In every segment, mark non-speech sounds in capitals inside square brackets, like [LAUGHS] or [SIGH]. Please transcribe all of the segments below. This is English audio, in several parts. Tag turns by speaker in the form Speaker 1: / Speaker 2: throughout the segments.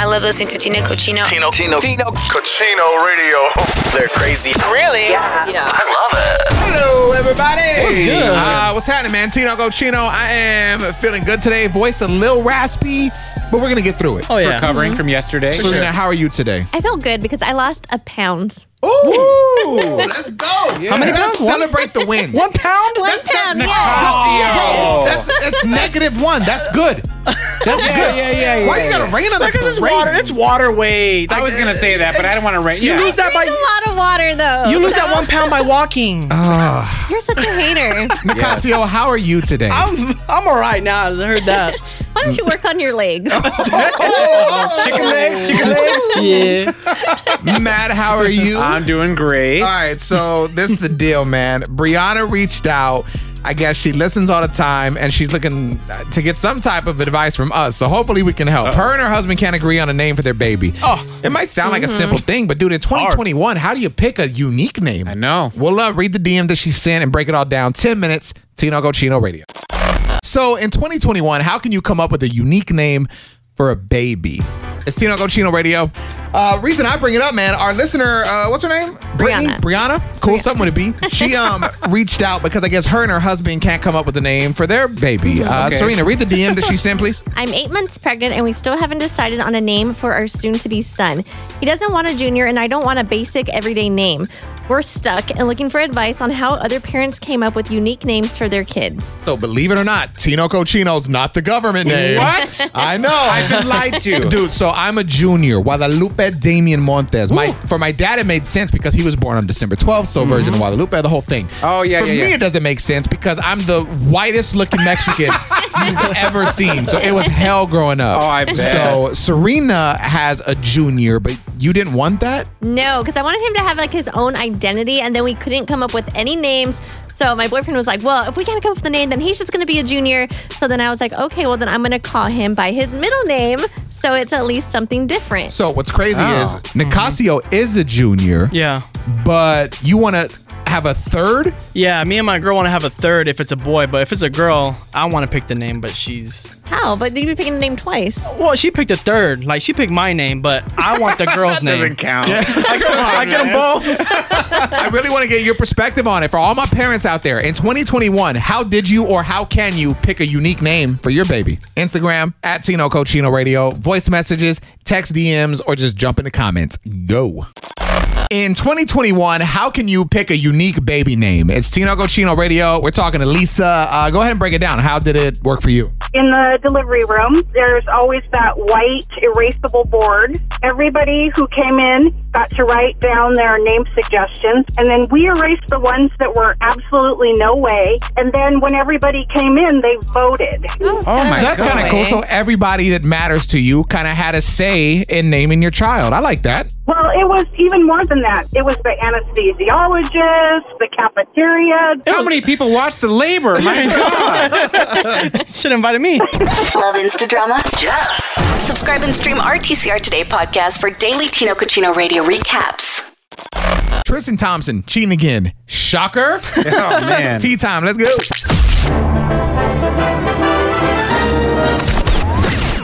Speaker 1: I love listening to Tina Cochino.
Speaker 2: Tino, Tino, Tino.
Speaker 3: Cochino Radio.
Speaker 2: They're crazy.
Speaker 4: Really? Yeah.
Speaker 2: I love it.
Speaker 3: Hello, everybody.
Speaker 5: What's good?
Speaker 3: Uh, what's happening, man? Tino Cochino. I am feeling good today. Voice a little raspy, but we're going to get through it.
Speaker 5: Oh,
Speaker 3: It's
Speaker 5: yeah.
Speaker 3: Recovering
Speaker 5: Mhm.
Speaker 3: from
Speaker 5: yesterday.
Speaker 3: Selena, how are you today?
Speaker 6: I felt good because I lost a pound.
Speaker 5: [LAUGHS]
Speaker 3: Ooh, let's go. Yeah.
Speaker 5: many
Speaker 3: Let's
Speaker 5: pounds? One-
Speaker 3: celebrate the wins. [LAUGHS]
Speaker 5: One pound?
Speaker 6: One
Speaker 3: That's not
Speaker 6: pound,
Speaker 3: Nick
Speaker 6: yeah.
Speaker 3: Casio. That's, that's negative one. That's good.
Speaker 5: [LAUGHS]
Speaker 3: That's good.
Speaker 5: yeah, yeah,
Speaker 3: Why do you got
Speaker 5: yeah,
Speaker 3: to
Speaker 5: yeah.
Speaker 3: rain on the
Speaker 5: Because it's
Speaker 3: parade?
Speaker 5: water. It's water weight. I was gonna say that, but I didn't want to rain. Yeah.
Speaker 6: I drink a lot of water though.
Speaker 5: You lose that one pound by walking.
Speaker 6: You're such a hater.
Speaker 3: Nicasio, how are you today?
Speaker 5: I'm I'm all right now. I heard [LAUGHS] that.
Speaker 6: Why don't you work on your legs?
Speaker 3: [LAUGHS] chicken legs,
Speaker 5: [LAUGHS]
Speaker 3: chicken legs. [LAUGHS]
Speaker 5: yeah.
Speaker 3: Matt, how are you?
Speaker 5: I'm doing great.
Speaker 3: All right, so this is the deal, man. Brianna reached out. I guess she listens all the time, and she's looking to get some type of advice from us. So hopefully, we can help. Her and her husband can't agree on a name for their baby.
Speaker 5: Oh.
Speaker 3: it might sound like a simple thing, but dude, in 2021, how do you pick a unique name?
Speaker 5: I know.
Speaker 3: We'll uh, read the DM that she sent and break it all down. 10 minutes, Tino Gochino Radio. So in 2021, how can you come up with a unique name for a baby? It's Tino Gochino Radio. Uh, reason I bring it up, man, our listener, uh, what's her name? Brittany?
Speaker 6: Brianna.
Speaker 3: Brianna? Cool, something with a B. She um, reached out because I guess her and her husband can't come up with a name for their baby. Uh,
Speaker 5: Okay.
Speaker 3: Serena, read the DM that she sent, please.
Speaker 6: I'm eight months pregnant and we still haven't decided on a name for our soon to be son. He doesn't want a junior and I don't want a basic everyday name. We're stuck and looking for advice on how other parents came up with unique names for their kids.
Speaker 3: So believe it or not, Tino Cochino's not the government name.
Speaker 5: What?
Speaker 3: I know.
Speaker 5: I've been lied [LAUGHS] to.
Speaker 3: Dude, so I'm a junior, Guadalupe Damian Montes. My for my dad, it made sense because he was born on December 12th, so Virgin of Guadalupe, the whole thing.
Speaker 5: Mm-hmm. Oh, yeah,
Speaker 3: For
Speaker 5: yeah,
Speaker 3: me,
Speaker 5: yeah.
Speaker 3: it doesn't make sense because I'm the whitest looking Mexican you've
Speaker 5: [LAUGHS]
Speaker 3: ever seen. So it was hell growing up.
Speaker 5: Oh, I bet.
Speaker 3: So Serena has a junior, but you didn't want that.
Speaker 6: No, because I wanted him to have like his own identity, and then we couldn't come up with any names. So my boyfriend was like, "Well, if we can't come up with a name, then he's just going to be a junior." So then I was like, "Okay, well then I'm going to call him by his middle name, so it's at least something different."
Speaker 3: So what's crazy is
Speaker 5: Oh.
Speaker 3: Nicasio is a junior,
Speaker 7: Yeah.
Speaker 5: Mm-hmm.
Speaker 3: but you want to have a third.
Speaker 7: Yeah, me and my girl want to have a third if it's a boy, but if it's a girl, I want to pick the name, but she's.
Speaker 6: How? But you'd be picking the name twice.
Speaker 7: Well, she picked a third. Like, she picked my name, but I want the
Speaker 5: [LAUGHS]
Speaker 7: girl's name.
Speaker 5: Doesn't count.
Speaker 7: Like, [LAUGHS] I get them both.
Speaker 3: I really want to get your perspective on it for all my parents out there. In 2021, how did you or how can you pick a unique name for your baby? Instagram at Tino Cochino Radio, voice messages, text DMs, or just jump in the comments. Go. In 2021, how can you pick a unique baby name? It's Tino Cochino Radio. We're talking to Lisa. Uh, go ahead and break it down. How did it work for you?
Speaker 8: in the delivery room, there's always that white erasable board. Everybody who came in got to write down their name suggestions, and then we erased the ones that were absolutely no way. And then when everybody came in, they voted.
Speaker 5: Oh my
Speaker 3: That's
Speaker 5: god.
Speaker 3: kind of cool. So everybody that matters to you kind of had a say in naming your child. I like that.
Speaker 8: Well, it was even more than that. It was the anesthesiologist, the cafeteria.
Speaker 5: How many people watch
Speaker 3: [LAUGHS]
Speaker 5: the labor? My god.
Speaker 7: Should have invited
Speaker 8: [LAUGHS]
Speaker 7: me.
Speaker 1: Love Insta drama? Yes. Subscribe and stream our TCR Today podcast for daily Tino Cochino radio recaps.
Speaker 3: Tristan Thompson cheating again. Shocker.
Speaker 5: Oh man.
Speaker 3: Tea time. Let's go.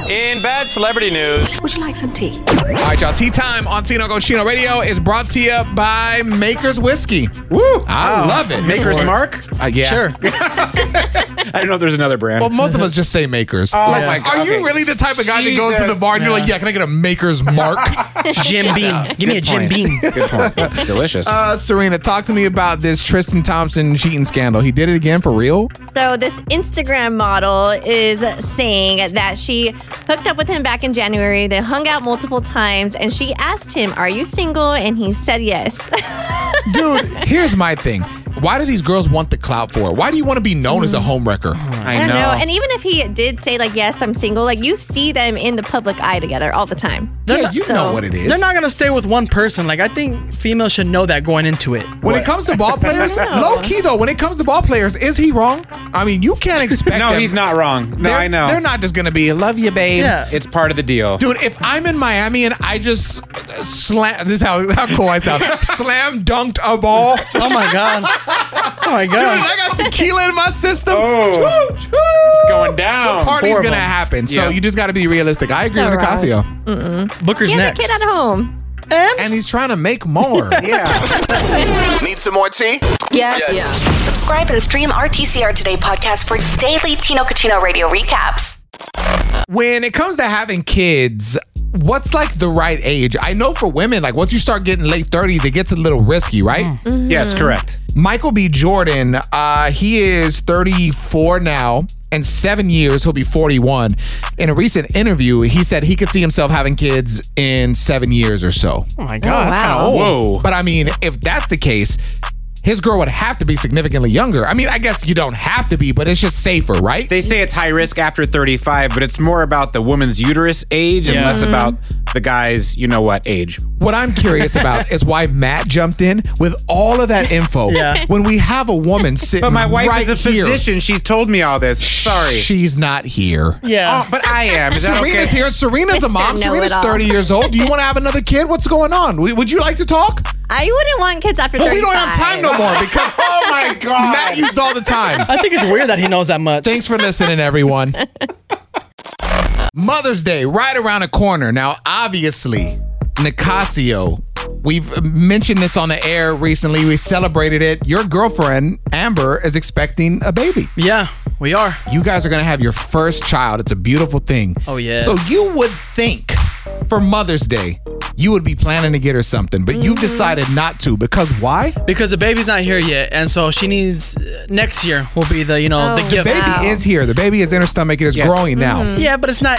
Speaker 2: In bad celebrity news.
Speaker 9: Would you like some tea?
Speaker 3: All right, y'all. Tea time on Tino Gochino Radio is brought to you by Maker's Whiskey. Woo! I love it.
Speaker 5: Maker's
Speaker 3: Or-
Speaker 5: Mark?
Speaker 3: Uh, yeah. Sure.
Speaker 5: I don't know if there's another brand.
Speaker 3: Well, most of us just say Makers. like,
Speaker 5: my
Speaker 3: Are
Speaker 5: God. Okay.
Speaker 3: you really the type of guy that goes to the
Speaker 5: Jesus.
Speaker 3: bar and you're like, yeah, can I get a Maker's Mark?
Speaker 7: Jim Beam. Give me a Jim
Speaker 5: point.
Speaker 7: Beam.
Speaker 5: Good
Speaker 7: [LAUGHS]
Speaker 5: point. Delicious.
Speaker 3: uh, Serena, talk to me about this Tristan Thompson cheating scandal. He did it again for real?
Speaker 6: So this Instagram model is saying that she hooked up with him back in January. They hung out multiple times, and she asked him, "Are you single?" And he said yes.
Speaker 3: Dude, here's my thing. Why do these girls want the clout for? Why do you want to be known as a homewrecker?
Speaker 6: I don't know. And even if he did say like, "Yes, I'm single," like you see them in the public eye together all the time.
Speaker 7: They're not gonna stay with one person. Like I think females should know that going into it.
Speaker 3: When it comes to
Speaker 5: [LAUGHS]
Speaker 3: ball players, low key though, when it comes to ball players, is he wrong? I mean, you
Speaker 5: [LAUGHS]
Speaker 3: can't expect.
Speaker 5: No,
Speaker 3: them-
Speaker 5: he's not wrong. No,
Speaker 3: They're-
Speaker 5: I know.
Speaker 3: They're not just gonna be love you, babe.
Speaker 5: It's part of the deal.
Speaker 3: Dude, if I'm in Miami and I just slam, this is how, [LAUGHS] how cool I
Speaker 5: [LAUGHS]
Speaker 3: sound, slam dunked a ball.
Speaker 7: Oh my God. Oh my God.
Speaker 3: Dude, I got tequila in my system.
Speaker 5: Oh.
Speaker 3: Choo, choo. It's
Speaker 5: going down.
Speaker 3: The party's
Speaker 5: Four of
Speaker 3: going to
Speaker 5: them.
Speaker 3: happen. So
Speaker 5: Yeah.
Speaker 3: you just got to be realistic. I agree with Casio.
Speaker 6: Mm-mm.
Speaker 7: Booker's
Speaker 6: he has
Speaker 3: next.
Speaker 6: a kid at home.
Speaker 3: And he's trying to make more.
Speaker 1: Need some more tea? Yeah.
Speaker 7: Yeah. Yeah.
Speaker 1: Subscribe and stream our TCR Today podcast for daily Tino Cucino radio recaps.
Speaker 3: when it comes to having kids, what's like the right age? I know for women, like once you start getting late 30s, it gets a little risky, right?
Speaker 5: Mhm. Yes, correct.
Speaker 3: Michael B. Jordan, uh, he is 34 now. and seven years, he'll be 41. In a recent interview, he said he could see himself having kids in seven years or so.
Speaker 7: Oh my God, Oh, that's kinda wow. old.
Speaker 3: Whoa. But I mean, if that's the case, his girl would have to be significantly younger. I mean, I guess you don't have to be, but it's just safer, right?
Speaker 5: They say it's high risk after 35, but it's more about the woman's uterus age and
Speaker 3: Yeah.
Speaker 5: less
Speaker 6: Mm-hmm.
Speaker 3: Mhm.
Speaker 5: about the guy's, you know what, age.
Speaker 3: What I'm curious about is why Matt jumped in with all of that info.
Speaker 5: Yeah.
Speaker 3: When we have a woman sitting,
Speaker 5: But my wife
Speaker 3: right
Speaker 5: is a
Speaker 3: here.
Speaker 5: physician. She's told me all this. Sorry.
Speaker 3: She's not here.
Speaker 7: Uh,
Speaker 5: Yeah. Oh, but I am. Is that
Speaker 3: Serena's
Speaker 5: okay?
Speaker 3: here. Serena's a
Speaker 5: Mr.
Speaker 3: mom. Serena's
Speaker 5: Know-It-All.
Speaker 3: 30 years old. Do you want to have another kid? What's going on? W- Would you like to talk?
Speaker 6: I wouldn't want kids after.
Speaker 3: But
Speaker 6: 35.
Speaker 3: we don't have time no more because
Speaker 5: [LAUGHS] oh my god,
Speaker 3: Matt used all the time.
Speaker 7: I think it's weird that he knows that much.
Speaker 3: Thanks for listening, everyone. Mother's Day right around the corner. Now, obviously, Nicasio, we've mentioned this on the air recently. We celebrated it. Your girlfriend, Amber, is expecting a baby.
Speaker 7: Yeah, we are.
Speaker 3: You guys are going to have your first child. It's a beautiful thing.
Speaker 7: Oh yeah.
Speaker 3: So you would think for Mother's Day, you would be planning to get her something, but you've decided not to because why?
Speaker 7: because the baby's not here yet, and so she needs uh, next year will be the you know
Speaker 6: Oh,
Speaker 7: the
Speaker 3: the
Speaker 7: gift.
Speaker 3: baby is here. The baby is in her stomach. It is growing now.
Speaker 7: Yeah, but it's not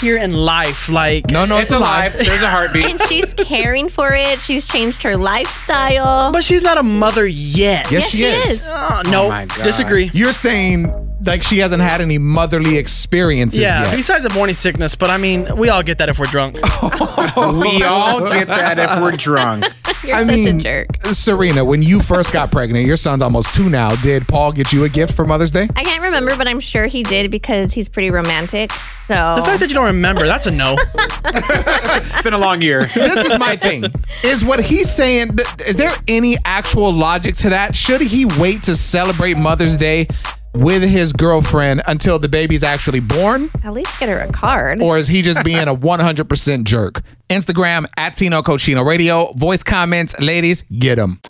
Speaker 7: here in life. Like no,
Speaker 3: no, It's it's alive. alive.
Speaker 5: There's a heartbeat.
Speaker 6: And she's caring for it. She's changed her lifestyle.
Speaker 7: But she's not a mother yet.
Speaker 3: Yes, she is.
Speaker 7: Oh, no, disagree.
Speaker 3: You're saying like she hasn't had any motherly experiences
Speaker 7: Yeah,
Speaker 3: yet.
Speaker 7: besides the morning sickness, but I mean, we all get that if we're drunk.
Speaker 5: we all get that if we're drunk.
Speaker 6: You're
Speaker 3: I
Speaker 6: such
Speaker 3: mean,
Speaker 6: a jerk.
Speaker 3: Serena, when you first got pregnant, your son's almost two now. Did Paul get you a gift for Mother's Day?
Speaker 6: I can't remember, but I'm sure he did because he's pretty romantic. So
Speaker 7: The fact that you don't remember, that's a no.
Speaker 5: it's been a long year.
Speaker 3: this is my thing. Is what he's saying, th- is there any actual logic to that? Should he wait to celebrate Mother's Day with his girlfriend until the baby's actually born?
Speaker 6: at least get her a card.
Speaker 3: Or is he just
Speaker 7: [LAUGHS]
Speaker 3: being a 100% jerk? Instagram at Tino Cochino Radio. Voice comments, ladies, get them.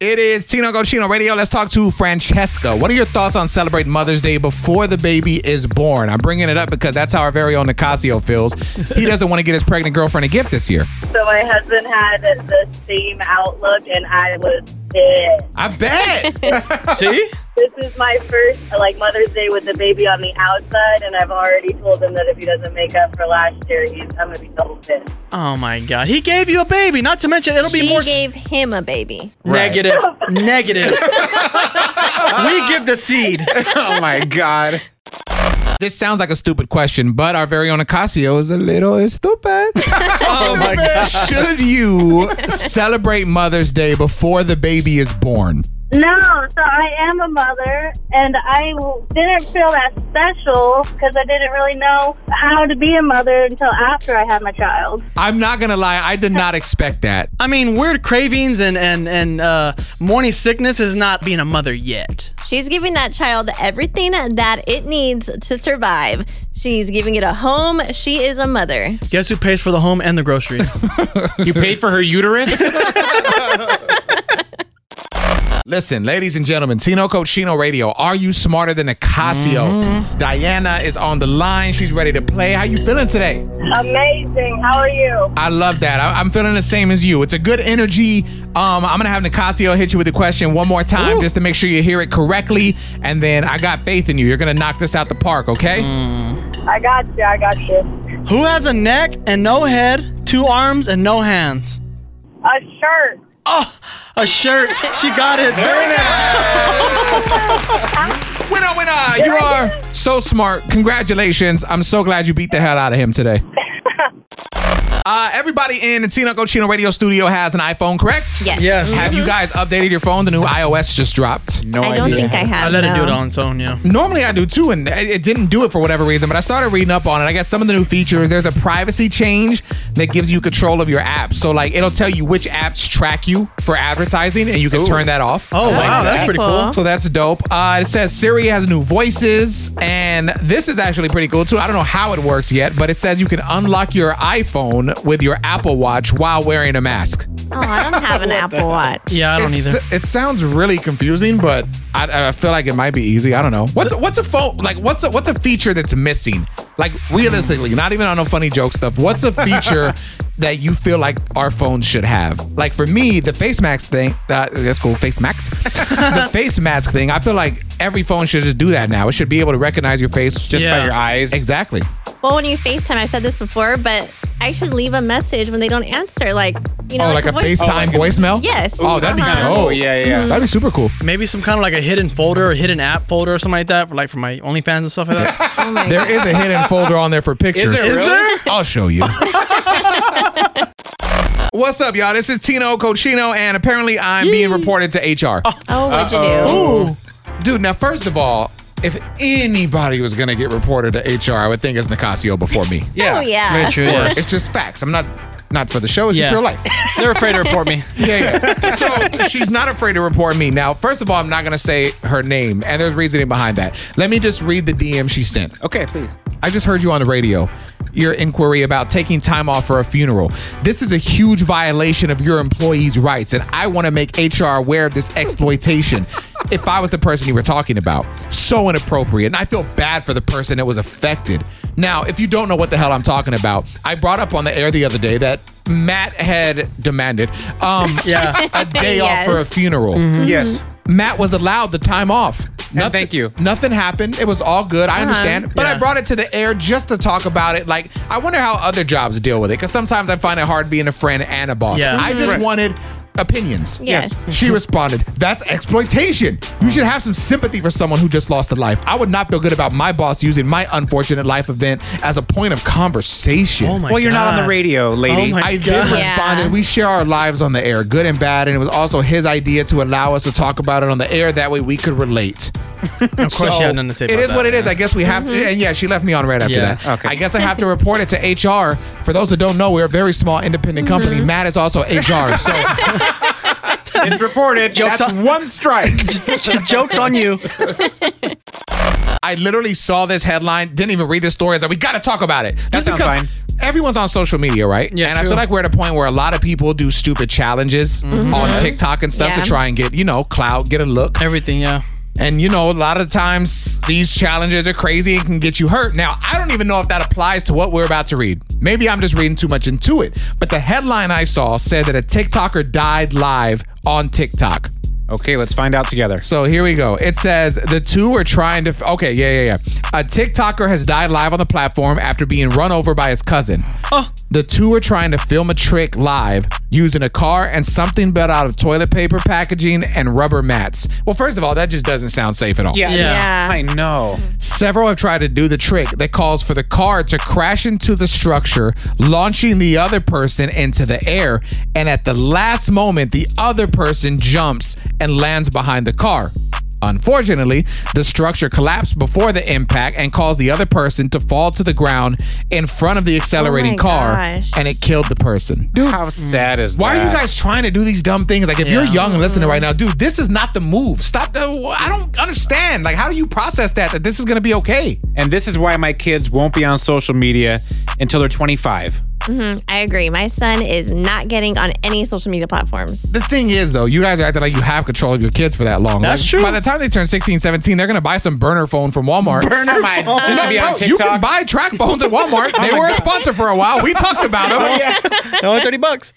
Speaker 3: It is Tino Cochino Radio. Let's talk to Francesca. What are your thoughts on celebrating Mother's Day before the baby is born? I'm bringing it up because that's how our very own Nicasio feels.
Speaker 7: [LAUGHS]
Speaker 3: He doesn't want to get his pregnant girlfriend a gift this year.
Speaker 8: [LAUGHS] So my husband had the same outlook, and I was pissed.
Speaker 3: I bet.
Speaker 7: [LAUGHS] See?
Speaker 8: This is my first like Mother's Day with the baby on the outside, and I've already told him that if he doesn't make up for last year, he's I'm gonna be double pissed.
Speaker 7: Oh my God, he gave you a baby. Not to mention, it'll be
Speaker 6: she
Speaker 7: more s-
Speaker 6: gave him a baby.
Speaker 8: [LAUGHS]
Speaker 7: negative. negative. we give the seed.
Speaker 5: oh my God.
Speaker 3: This sounds like a stupid question, but our very own Nicasio is a little stupid.
Speaker 7: [LAUGHS] Oh my God.
Speaker 3: Should you celebrate Mother's Day before the baby is born?
Speaker 8: No, so I am a mother, and I w- didn't feel that special because I didn't really know how to be a mother until after I had my child.
Speaker 3: I'm not gonna lie, I did not expect that.
Speaker 7: I mean, weird cravings and and and uh, morning sickness is not being a mother yet.
Speaker 6: She's giving that child everything that it needs to survive. She's giving it a home. She is a mother.
Speaker 7: Guess who pays for the home and the groceries?
Speaker 5: you paid for her uterus?
Speaker 3: [LAUGHS] Listen, ladies and gentlemen, Tino Cochino Radio. Are you smarter than Nicasio? Diana is on the line. She's ready to play. How you feeling today?
Speaker 8: [LAUGHS] Amazing. How are you?
Speaker 3: I love that. I- am feeling the same as you. It's a good energy. Um, I'm gonna have Nicasio hit you with the question one more time just to make sure you hear it correctly, and then I got faith in you. You're gonna knock this out the park, okay?
Speaker 8: I got you. I got you.
Speaker 7: Who has a neck and no head, two arms and no hands?
Speaker 8: A shirt.
Speaker 7: Oh, a shirt. She got it.
Speaker 3: Very winner, winner. You are so smart. Congratulations. I'm so glad you beat the hell out of him
Speaker 7: [LAUGHS]
Speaker 3: today. Uh, everybody in the Tino Cochino Radio Studio has an iPhone, correct?
Speaker 6: Yes. Yes.
Speaker 3: Have
Speaker 7: Mm-hmm.
Speaker 3: you guys updated your phone? The new iOS just dropped. No
Speaker 6: I don't idea. [LAUGHS] think I have, I let it no. do it on
Speaker 3: its own. Yeah. Normally I do too, and it it didn't do it for whatever reason. But I started reading up on it. I guess some of the new features. There's a privacy change that gives you control of your apps. So like it'll tell you which apps track you for advertising, and you can turn that off.
Speaker 7: Oh, wow, that's pretty cool.
Speaker 3: So that's dope. Uh, it says Siri has new voices, and this is actually pretty cool too. I don't know how it works yet, but it says you can unlock your iPhone with your Apple Watch while wearing a mask.
Speaker 6: Oh, I don't [LAUGHS] have an Apple Watch.
Speaker 7: Yeah, I don't
Speaker 3: It's-
Speaker 7: either.
Speaker 3: It sounds really confusing, but I, I feel like it might be easy. I don't know. What's what's a phone like? What's a, what's a feature that's missing? Like realistically, not even on no funny joke stuff. What's a
Speaker 7: [LAUGHS]
Speaker 3: feature that you feel like our phones should have? Like for me, the face mask thing. Uh, that's cool. Face
Speaker 7: [LAUGHS]
Speaker 3: mask. the face mask thing. I feel like every phone should just do that now. It should be able to recognize your face just
Speaker 5: Yeah.
Speaker 3: by your eyes. Oh, Exactly.
Speaker 6: Well, when you FaceTime, I've said this before, but I should leave a message when they don't answer. Like, you know,
Speaker 3: oh, like, a
Speaker 6: voice-
Speaker 3: FaceTime voicemail.
Speaker 6: Yes.
Speaker 3: Oh, that'd be
Speaker 6: Uh-huh.
Speaker 3: kind of cool.
Speaker 7: yeah.
Speaker 5: Mm-hmm.
Speaker 3: That'd be super cool.
Speaker 7: Maybe some kind of like a hidden folder or hidden app folder or something like that for like for my OnlyFans and stuff like that.
Speaker 3: There is a hidden folder on there for pictures.
Speaker 7: there really? there?
Speaker 3: I'll show you. [LAUGHS] What's up, y'all? This is Tino Cochino, and apparently I'm being reported to HR.
Speaker 6: Oh, what'd you
Speaker 3: you do? Ooh. Dude, now, first of all, if anybody was going to get reported to HR, I would think it's Nicasio before me.
Speaker 6: Yeah. Oh, yeah. Very true,
Speaker 3: Or
Speaker 6: yeah.
Speaker 3: It's just facts. I'm not. Not for the show, it's
Speaker 7: Yeah.
Speaker 3: just real life.
Speaker 7: They're afraid to report me.
Speaker 3: Yeah,
Speaker 7: [LAUGHS]
Speaker 3: yeah. So she's not afraid to report me. Now, first of all, I'm not going to say her name, and there's reasoning behind that. Let me just read the DM she sent. Okay, please. I just heard you on the radio. Your inquiry about taking time off for a funeral. This is a huge violation of your employees' rights, and I want to make HR aware of this exploitation. [LAUGHS] if I was the person you were talking about, so inappropriate, and I feel bad for the person that was affected. Now, if you don't know what the hell I'm talking about, I brought up on the air the other day that Matt had demanded um,
Speaker 7: [LAUGHS] Yeah.
Speaker 3: a day
Speaker 7: Yes.
Speaker 3: off for a funeral.
Speaker 5: Mm-hmm.
Speaker 7: Mhm. Yes.
Speaker 5: Oh
Speaker 3: Matt was allowed the time off. Nothing, thank you. Nothing happened. It was all good. I
Speaker 7: Uh-huh.
Speaker 3: understand. But I
Speaker 7: Yeah.
Speaker 3: brought it to the air just to talk about it. Like, I wonder how other jobs deal with it. Because sometimes I find it hard being a friend and a boss.
Speaker 7: Yeah.
Speaker 3: I just
Speaker 7: Right.
Speaker 3: wanted opinions.
Speaker 7: Yes.
Speaker 3: She responded, That's exploitation. You should have some sympathy for someone who just lost a life. I would not feel good about my boss using my unfortunate life event as a point of conversation.
Speaker 7: Oh
Speaker 5: my Well, you're not on the God. radio, lady. Oh my
Speaker 3: I
Speaker 5: God.
Speaker 3: then responded,
Speaker 5: Yeah.
Speaker 3: We share our lives on the air, good and bad. And it was also his idea to allow us to talk about it on the air. That way we could relate.
Speaker 7: Of course,
Speaker 3: So,
Speaker 7: you have nothing to say.
Speaker 3: It
Speaker 7: about
Speaker 3: is
Speaker 7: that,
Speaker 3: what it is.
Speaker 7: yeah.
Speaker 3: I guess we have to. And yeah, she left me on red after
Speaker 7: Yeah,
Speaker 3: that. Okay. I guess I have to report it to HR. For those that don't know, we're a very small independent company. Matt is also HR. So
Speaker 5: [LAUGHS] it's [LAUGHS] reported.
Speaker 3: Jokes
Speaker 5: That's
Speaker 3: on-
Speaker 5: one [LAUGHS] strike.
Speaker 3: Joke's on you. I literally saw this headline, didn't even read the story. I was like, we got to talk about it. That's
Speaker 5: sounds
Speaker 3: because
Speaker 5: fine.
Speaker 3: everyone's on social media, right? Yeah, and I
Speaker 5: true.
Speaker 3: feel like we're at a point where a lot of people do stupid challenges
Speaker 7: Mhm.
Speaker 3: on
Speaker 7: Yes.
Speaker 3: TikTok and stuff
Speaker 7: Yeah.
Speaker 3: to try and get, you know, clout, get a look.
Speaker 7: Everything, yeah.
Speaker 3: And you know, a lot of times these challenges are crazy and can get you hurt. Now, I don't even know if that applies to what we're about to read. Maybe I'm just reading too much into it. But the headline I saw said that a TikToker died live on TikTok.
Speaker 5: Okay, let's find out together.
Speaker 3: So here we go. It says the two are trying to. Okay, yeah, yeah, yeah. A TikToker has died live on the platform after being run over by his cousin. The two are trying to film a trick live using a car and something built out of toilet paper packaging and rubber mats. Well, first of all, that just doesn't sound safe at all.
Speaker 5: Yeah, Yeah. I know.
Speaker 3: Several have tried to do the trick that calls for the car to crash into the structure, launching the other person into the air. And at the last moment, the other person jumps and lands behind the car. Unfortunately, the structure collapsed before the impact and caused the other person to fall to the ground in front of the accelerating car,
Speaker 5: gosh.
Speaker 3: and it killed the person. Dude,
Speaker 5: how sad is
Speaker 3: Why are you
Speaker 5: that?
Speaker 3: guys trying to do these dumb things? Like, if you're young and listening right now, dude, this is not the move. Stop. The, I don't understand. Like, how do you process that? That this is going to be okay?
Speaker 5: And this is why my kids won't be on social media until they're 25.
Speaker 6: hmm I agree. My son is not getting on any social media platforms.
Speaker 3: The thing is, though, you guys are acting like you have control of your kids for that long.
Speaker 6: That's
Speaker 3: Like,
Speaker 6: true.
Speaker 3: By the time they turn 16, 17, they're going to buy some burner phone from Walmart.
Speaker 5: Burner phone. Just to
Speaker 3: Like,
Speaker 5: be on
Speaker 3: bro, You can
Speaker 5: TikTok.
Speaker 3: buy track phones at Walmart.
Speaker 5: [LAUGHS] Oh
Speaker 3: they
Speaker 5: my
Speaker 3: were a
Speaker 5: God.
Speaker 3: sponsor for a while. We talked about them.
Speaker 5: Oh, yeah.
Speaker 7: They're only 30 bucks.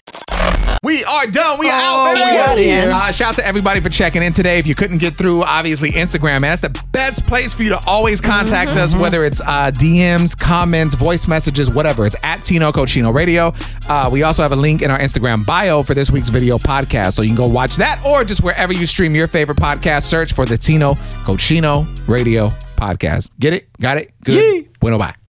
Speaker 3: We are done. We are out, baby.
Speaker 10: Oh, we outta here.
Speaker 3: Uh, shout out to everybody for checking in today. If you couldn't get through, obviously Instagram, man, that's the best place for you to always contact
Speaker 10: Mm-hmm,
Speaker 3: us, whether it's uh, DMs, comments, voice messages, whatever. It's at Tino Cochino Radio. Uh, we also have a link in our Instagram bio for this week's video podcast, so you can go watch that or just wherever you stream your favorite podcast. Search for the Tino Cochino Radio podcast. Get it? Got it? Good. Bueno, bye.